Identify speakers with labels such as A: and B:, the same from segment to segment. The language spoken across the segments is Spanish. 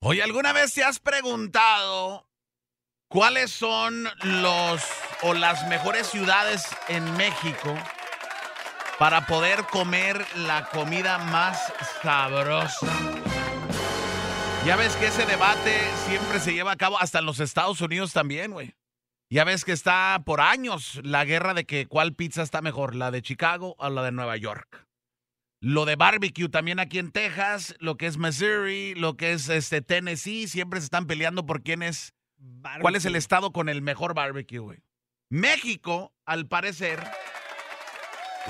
A: Oye, ¿alguna vez te has preguntado cuáles son los o las mejores ciudades en México para poder comer la comida más sabrosa? Ya ves que ese debate siempre se lleva a cabo hasta en los Estados Unidos también, güey. Ya ves que está por años la guerra de que cuál pizza está mejor, la de Chicago o la de Nueva York lo de barbecue también aquí en Texas, lo que es Missouri, lo que es este Tennessee, siempre se están peleando por quién es, cuál es el estado con el mejor barbecue, güey. México, al parecer,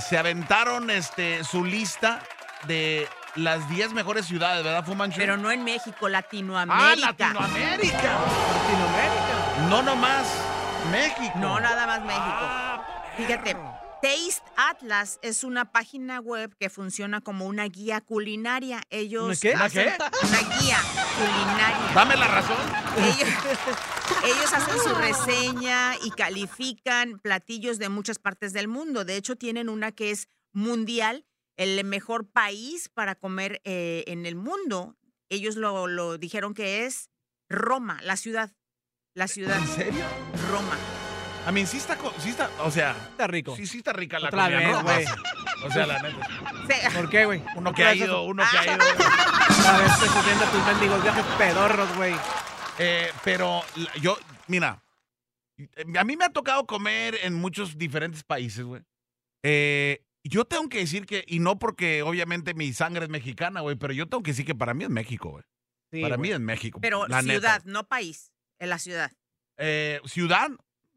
A: se aventaron este su lista de las 10 mejores ciudades, ¿verdad, Fumanchu?
B: Pero no en México, Latinoamérica.
A: ah, Latinoamérica.
C: Latinoamérica.
A: No nomás México.
B: No, nada más México.
A: Ah,
B: Fíjate,
A: perro.
B: Taste Atlas es una página web que funciona como una guía culinaria. Ellos
C: ¿Qué?
B: hacen
C: ¿Qué?
B: una guía culinaria.
A: Dame la razón.
B: Ellos, ellos hacen su reseña y califican platillos de muchas partes del mundo. De hecho, tienen una que es mundial, el mejor país para comer eh, en el mundo. Ellos lo, lo dijeron que es Roma, la ciudad. La ciudad,
A: ¿En serio?
B: Roma.
A: A mí sí está, co- sí está- o sea,
C: Está rico.
A: sí, sí está rica la
C: Otra
A: comida,
C: vez,
A: ¿no?
C: güey.
A: O sea, la neta.
B: Se-
C: ¿Por qué, güey?
A: Uno que ha ido, uno que ha
C: Ah.
A: ido.
C: A ver, te subiendo tus mendigos viajes pedorros, güey.
A: Eh, pero la- yo, mira, a mí me ha tocado comer en muchos diferentes países, güey. Eh, yo tengo que decir que, y no porque obviamente mi sangre es mexicana, güey, pero yo tengo que decir que para mí es México, güey.
C: Sí,
A: para
C: güey.
A: mí es México.
B: Pero
A: la neta.
B: ciudad, no país, en la ciudad.
A: Eh, ciudad. pues,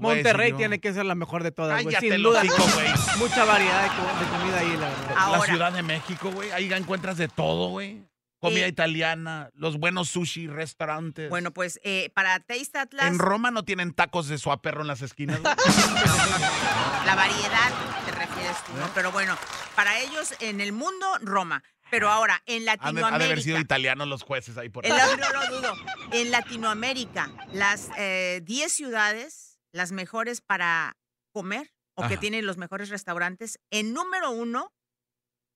A: güey,
C: Monterrey
A: si yo-
C: tiene que ser la mejor de todas, güey.
A: Cállate
C: Sin
A: el
C: duda.
A: hocico, güey.
C: Mucha variedad de, co- de comida ahí, la verdad.
A: La
B: Ahora.
A: Ciudad de México, güey. Ahí encuentras de todo, güey. Comida
B: Eh.
A: italiana, los buenos sushi, restaurantes.
B: Bueno, pues eh, para Taste Atlas,
A: en Roma no tienen tacos de suaperro en las esquinas. güey.
B: la variedad te refieres tú, ¿no?
A: ¿Eh?
B: Pero bueno, para ellos en el mundo, Roma. Pero ahora, en
A: Han de, Ah. ha
B: Latinoamérica.
A: de haber sido italianos los jueces ahí por ahí.
B: En la- no lo dudo. En Latinoamérica, las eh, 10 ciudades, las mejores para comer o que
A: Ajá.
B: tienen los mejores restaurantes, en número uno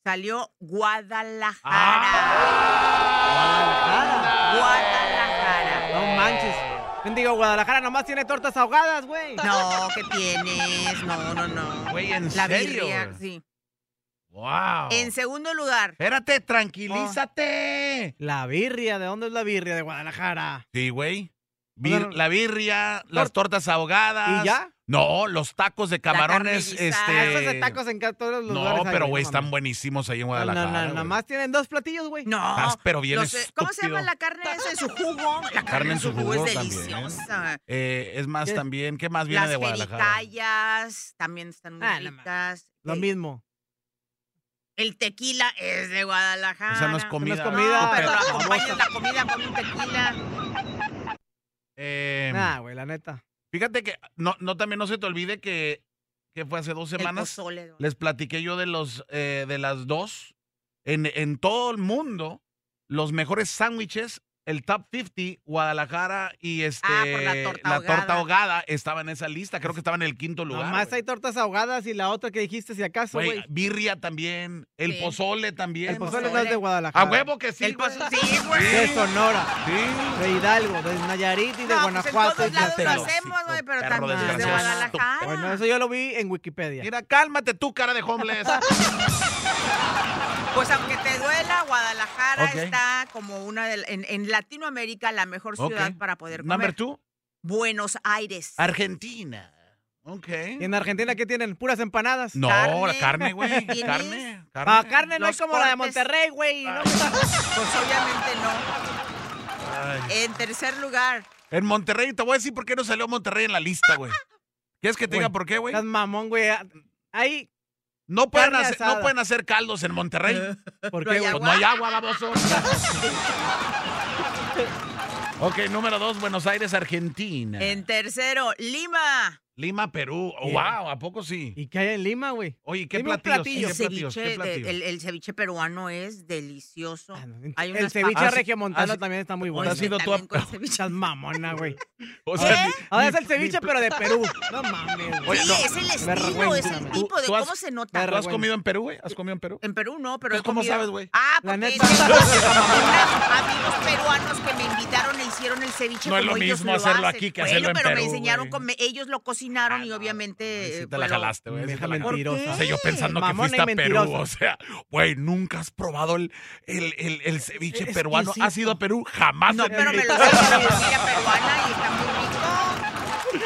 B: salió Guadalajara.
A: ¡Ah!
B: Guadalajara.
C: No manches. Mendigo, Guadalajara nomás tiene tortas ahogadas, güey.
B: No, ¿qué tienes? No, no, no.
A: Güey, ¿en
B: La
A: serio?
B: birria,
A: güey?
B: sí.
A: Wow.
B: En segundo lugar,
A: Espérate,
B: Oh.
A: tranquilízate.
C: La birria, ¿de dónde es la birria? De Guadalajara.
A: Sí, güey.
C: No, no,
A: Bir-
C: no.
A: la birria, las tortas ahogadas.
C: ¿Y ya?
A: No, los tacos de camarones,
B: carne
C: Ah, esos
A: este.
C: de tacos en ca- todos los lugares.
A: no,
C: hay,
A: pero güey,
C: no
A: están
C: mames.
A: buenísimos ahí en
C: No, no,
A: Guadalajara.
C: no, nada
A: güey.
C: más tienen dos platillos, güey.
B: no.
A: Estás, pero bien
B: los, eh, ¿Cómo se llama
A: estúpido.
B: la carne esa en su jugo? La carne, en su jugo, es
A: también.
B: deliciosa.
A: Eh, es más
C: ¿Qué?
A: también, ¿qué más viene
B: Las
A: de Guadalajara?
B: pericayas también están muy
C: Ah, no
B: ricas.
C: Lo
B: Eh,
C: mismo.
B: El tequila es de Guadalajara.
A: Esa no es
C: No es
A: comida.
C: comida,
B: No, pero
C: pero
B: acompañas
C: babosa.
B: la comida con un tequila.
A: Eh,
B: Ah.
C: Nah, güey, la neta.
A: Fíjate que no, no también no se te olvide que, que fue hace dos
B: El
A: semanas.
B: pozole. don-
A: les platiqué yo de los eh, de las dos en, en todo el mundo los mejores sándwiches el top 50 Guadalajara y este
B: Ah, por la torta ahogada.
A: ahogada estaba en esa lista creo que estaba en el quinto lugar
C: Nomás
A: güey.
C: hay tortas ahogadas y la otra que dijiste, si acaso,
A: Güey,
C: güey.
A: birria también el
B: Sí.
A: pozole también
C: El
A: o
C: pozole
A: sea,
C: no es de Guadalajara.
A: a huevo que sí
B: el
A: güey.
B: pozole. Sí, güey.
C: De Sonora,
A: sí
C: de Hidalgo, de Nayarit y de
B: No, pues en
C: Guanajuato.
B: todos
C: y
B: lados lo
C: Tlaxcala.
A: Hidalgo.
B: hacemos, güey, pero
A: Perro
B: también es de
C: desgraciado.
B: Guadalajara.
C: Bueno, eso yo lo vi en Wikipedia.
A: mira cálmate tú cara de homeless
B: Pues aunque te duela, Guadalajara
A: Ok.
B: está como una de la- en, en Latinoamérica la mejor
A: Ok.
B: ciudad para poder comer.
A: number two Ah.
B: Buenos Aires.
A: Argentina Ok.
C: ¿Y en Argentina qué tienen? Puras empanadas.
A: no
B: Carne.
A: la carne güey
B: ¿Tienes?
A: carne carne
C: Ah, carne no
B: Los
C: es como la de
B: cortes.
C: Monterrey,
A: Ah,
C: güey. No,
B: Pues obviamente no.
A: Ay.
B: En tercer lugar,
A: En Monterrey, te voy a decir por qué no salió Monterrey en la lista, güey. ¿Quieres que te diga
C: Güey,
A: por qué, güey?
C: Estás mamón, güey. Ahí.
A: No pueden,
C: carne
A: hacer, no
C: asada.
A: pueden hacer caldos en Monterrey.
C: ¿Por
B: Lo
C: qué,
B: hay
C: güey?
A: Pues no hay agua, baboso. ok, número dos, Buenos Aires, Argentina.
B: en tercero, Lima.
A: Lima, Perú. Oh,
C: Yeah.
A: wow, ¿a poco sí?
C: ¿Y qué hay en Lima, güey?
A: Oye, ¿qué
C: Dime un
A: platillos?
C: platillo.
A: ¿Qué
B: El
A: platillos?
B: ceviche,
A: ¿Qué
B: de-
A: platillos?
B: el, el ceviche peruano es delicioso.
C: Ah, no.
B: Hay
C: El
B: unas
C: ceviche
A: papas.
C: regiomontano
A: Ah, sí.
C: también está muy
A: ¿Has
C: bueno.
A: ido tú a-
B: También con ceviche.
C: Estás mamona, güey.
A: O
B: ¿Eh?
A: sea,
C: Ahora
A: ni-
C: ¿Eh? Ah, es el ceviche, pero de Perú. No mames. güey.
A: Oye,
B: Sí,
A: no.
B: es el estilo, es
C: vergüenza,
B: el
C: man.
B: tipo de
A: Tú- tú has-
B: cómo se
A: ni-
B: nota.
A: ¿Tú has
C: vergüenza.
A: comido en Perú, güey? ¿Has comido en Perú?
C: Pues,
B: En Perú no, pero he
A: ¿Tú cómo
B: comido-
A: sabes, güey?
B: Ah,
C: La
B: porque
C: neta.
B: tengo amigos peruanos que e el ceviche
A: No es
B: como
A: lo
B: ellos
A: mismo hacerlo
B: hacen.
A: aquí que
B: Bueno,
A: hacerlo en
B: pero me
A: Perú,
B: enseñaron,
A: güey. Ah,
B: cómo- ellos lo cocinaron y
A: Ay,
B: obviamente...
A: sí te
B: pues,
A: la
B: lo-
A: jalaste, güey. sí te
C: Vieja
A: la jalaste.
C: mentirosa.
A: O sea, yo pensando que
C: Mamona
A: fuiste
C: y
A: a Perú,
C: mentirosa.
A: o sea, güey, nunca has probado el, el, el, el ceviche
C: Es
A: peruano. ¿Has
C: exquisito.
A: ido a Perú? Jamás.
B: No,
A: en mi
B: pero me lo
A: vida.
B: sabe la familia peruana y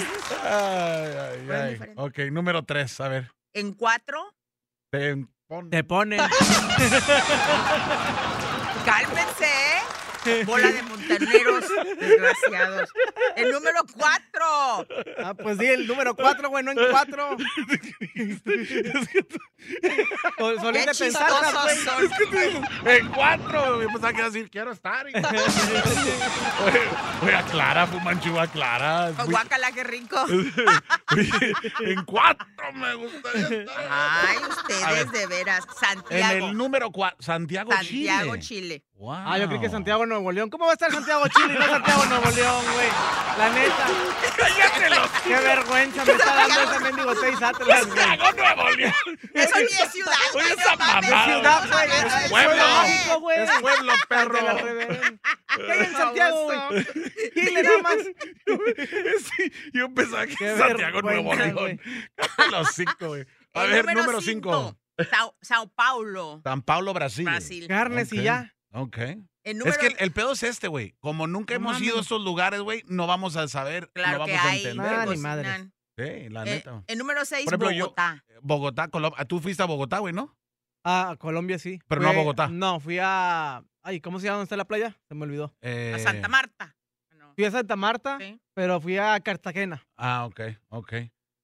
B: está muy rico.
A: Ay, ay,
B: Fueron
A: ay.
B: diferentes.
A: Ok, número tres, a ver.
B: En cuatro,
A: Te pon-
C: Te ponen.
B: cálmense, ¿eh? bola de montaneros desgraciados. El número cuatro,
C: Ah, pues sí, el número cuatro, güey, no en cuatro. Sol- Solín
B: qué
C: de este pensar,
B: chistosos
C: güey.
B: son.
A: En cuatro. Yo pensaba que iba a decir, quiero estar. Y... Oye, oye, aclara, Fumanchu, aclara. Es
B: Oh,
A: muy-
B: Guácala, qué rico.
A: Oye, en cuatro me gustaría estar.
B: Ay,
A: A ver.
B: ustedes de veras.
A: En
B: Santiago.
A: el número cuatro, Santiago, Chile.
B: Santiago, Chile.
A: Wow.
C: Ah, yo creí que Santiago Nuevo León. ¿Cómo va a estar Santiago Chile y no Santiago Nuevo León, güey? La neta.
A: ¡Cállate los
C: Qué vergüenza me está dando ese mendigo seis atlas, güey.
A: Santiago Nuevo León!
B: Eso ni es ciudad.
A: Oye,
B: güey,
A: esa
B: no mames,
A: mamada.
B: estamos
C: Ciudad, güey,
B: hablando de
A: Ah, es pueblo.
B: ciudad.
C: güey.
A: ¡Es pueblo, perro!
C: De la reverenda. ¿Qué hay en Santiago, güey? Dile nada más.
A: Sí, yo pensaba que
C: Qué
A: Santiago Nuevo
C: vergüenza,
A: León. Cállate los cinco, güey. A
B: El
A: ver, número cinco.
B: Sao, Sao Paulo,
A: San Pablo, Brasil.
B: Brasil.
C: Carnes
A: Ok.
C: y ya.
A: Ok.
B: El
A: Es
B: número
A: que el, el pedo es este, güey. Como nunca
C: No
A: hemos
C: mames.
A: ido a estos lugares, güey, no vamos a saber,
B: claro
A: no vamos
B: que
A: a
B: hay.
A: entender.
C: Ah,
B: que
C: ni
A: güey.
C: madres.
B: cocinan.
A: Sí, la
B: Eh,
A: neta.
B: el número seis,
A: Por ejemplo, yo-
B: Bogotá.
A: Bogotá, Colombia. Tú fuiste a Bogotá, güey, ¿no?
C: Ah, Colombia sí.
A: Pero no a Bogotá.
C: No, fui a. Ay, ¿cómo se llama? ¿Dónde está la playa? Se me olvidó.
A: Eh,
B: A Santa Marta. No,
C: Fui a Santa Marta,
B: sí.
C: pero fui a Cartagena.
A: Ah, ok, ok.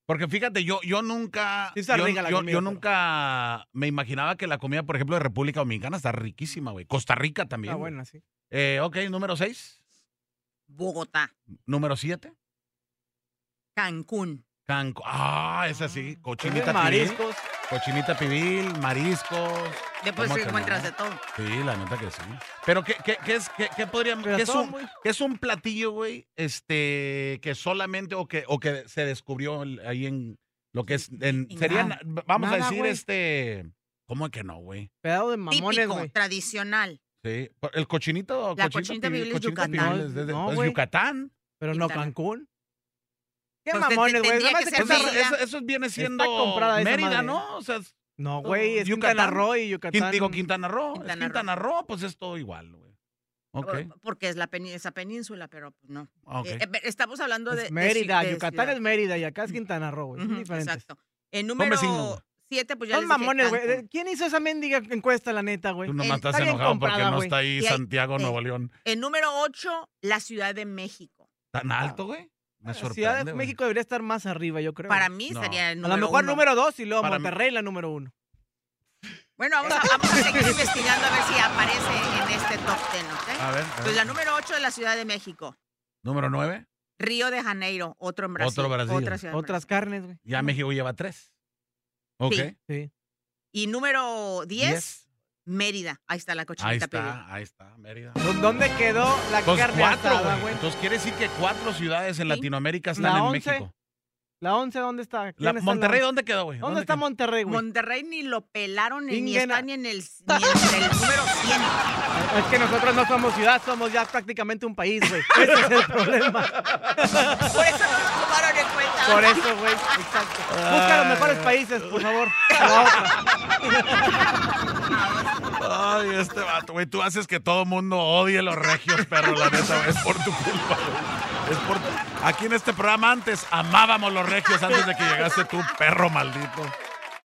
A: Porque fíjate, yo, yo nunca.
C: Sí está
A: yo
C: rica la
A: yo-
C: comida,
A: yo
C: pero-
A: nunca me imaginaba que la comida, por ejemplo, de República Dominicana está riquísima, güey. Costa Rica también.
C: Está
A: güey.
C: buena, sí.
A: Eh, ok, número 6.
B: Bogotá.
A: Número 7.
B: Cancún.
A: Cancún. Ah, esa sí.
C: Ah,
A: Cochinita pibil.
C: Mariscos.
A: Cochinita pibil, mariscos.
B: Después
A: ¿Cómo
B: te
A: que no?
B: encuentras de todo.
A: Sí, la neta que sí. Pero, ¿qué, qué, qué es, qué, qué podríamos.?
C: Pero
A: qué es,
C: todo
A: un,
C: muy-
A: qué es un platillo, güey, este, que solamente o que, o que se descubrió el- ahí en lo que es. En,
B: En
A: sería,
B: nada.
A: na- vamos a
C: Nada,
A: decir,
C: güey.
A: este. ¿Cómo que no, güey?
C: Pedazo de mamones,
B: Típico,
C: güey.
B: tradicional.
A: Sí. por- El cochinito.
B: La cochinita pibil es Yucatán.
A: pibil es desde-
C: No,
A: es
C: güey.
A: Yucatán.
C: Pero no
B: Quintana.
C: Cancún. ¿Qué
B: Pues te- te-
C: mamones, güey?
B: tendría
C: Nada más
B: que
C: de
B: ser
A: Eso,
C: Quintana-
B: Mérida.
A: eso- eso viene siendo
C: comprada esa
A: Mérida,
C: madre.
A: ¿no? O sea, es-
C: No, güey, es
A: Yucatán.
C: Quintana Roo y
A: Quin-
C: Yucatán.
A: digo Quintana Roo. es
B: Quintana Roo.
A: Quintana Roo, pues es todo igual, güey. Ok,
B: o- Porque es la peni- esa península, pero pues, no.
A: ok.
B: Eh, eh, estamos hablando de.
C: Es Mérida, Yucatán es
B: es
C: Mérida y acá es Quintana Roo, güey. pues, Son diferentes.
B: Exacto. El número
A: signo, güey.
B: siete, pues ya
C: Son
B: les dije
C: mamones,
B: Cancún.
C: güey. ¿Quién hizo esa mendiga encuesta, la neta, güey?
A: Tú nomás
B: está
A: estás
C: bien
A: enojado porque
C: comprada,
A: no
C: güey.
A: está ahí
B: Y hay-
A: Santiago,
B: eh.
A: Nuevo León.
B: El número ocho, la Ciudad de México.
A: ¿Tan alto, güey? Me
C: La
A: sorprende.
C: Ciudad de
A: güey.
C: México debería estar más arriba, yo creo.
B: Para mí
A: No.
B: sería el
C: A
B: número
C: lo mejor
B: uno.
C: número dos y luego
A: Para mí-
C: Monterrey la número uno.
B: Bueno, vamos a, vamos a seguir investigando a ver si aparece en este top ten, ¿ok?
A: A ver. a ver.
B: Pues la número ocho de la Ciudad de México.
A: Número 9.
B: Río de Janeiro, otro en Brasil.
A: Otro Brasil.
B: Otra ciudad en
C: Otras
B: Brasil.
C: carnes, güey.
A: Ya México lleva 3. Ok.
B: Sí.
C: Sí.
B: Y número diez, Mérida. Ahí está la cochinita
A: Ahí
B: pibil.
A: está, ahí está, Mérida.
C: ¿Dó- ¿Dónces quedó la
A: Entonces,
C: carne
A: cuatro,
C: asada,
A: güey.
C: güey?
A: Entonces quiere decir que cuatro ciudades en
B: Sí.
A: Latinoamérica
C: La
A: están en
C: once.
A: México.
C: ¿La once dónde está?
A: La-
C: ¿Quién está en la
A: Monterrey,
C: once?
A: ¿dónde quedó, güey?
C: ¿Dónde está
A: quedó?
C: Monterrey, güey?
B: Monterrey ni lo pelaron ni, ni
C: Ingena.
B: está ni en el, ni entre el número 100.
C: Es que nosotros no somos ciudad, somos ya prácticamente un país, güey. Ese es el problema.
B: Por eso no lo tomaron en cuenta.
C: Por eso, güey. Exacto. Busca los mejores países, por favor. La otra.
A: Ay, este vato, güey. Tú haces que todo mundo odie los regios, perro, la neta. güey, Es por tu culpa, güey. Es por tu- Aquí en este programa antes amábamos los regios antes de que llegaste tú, perro maldito.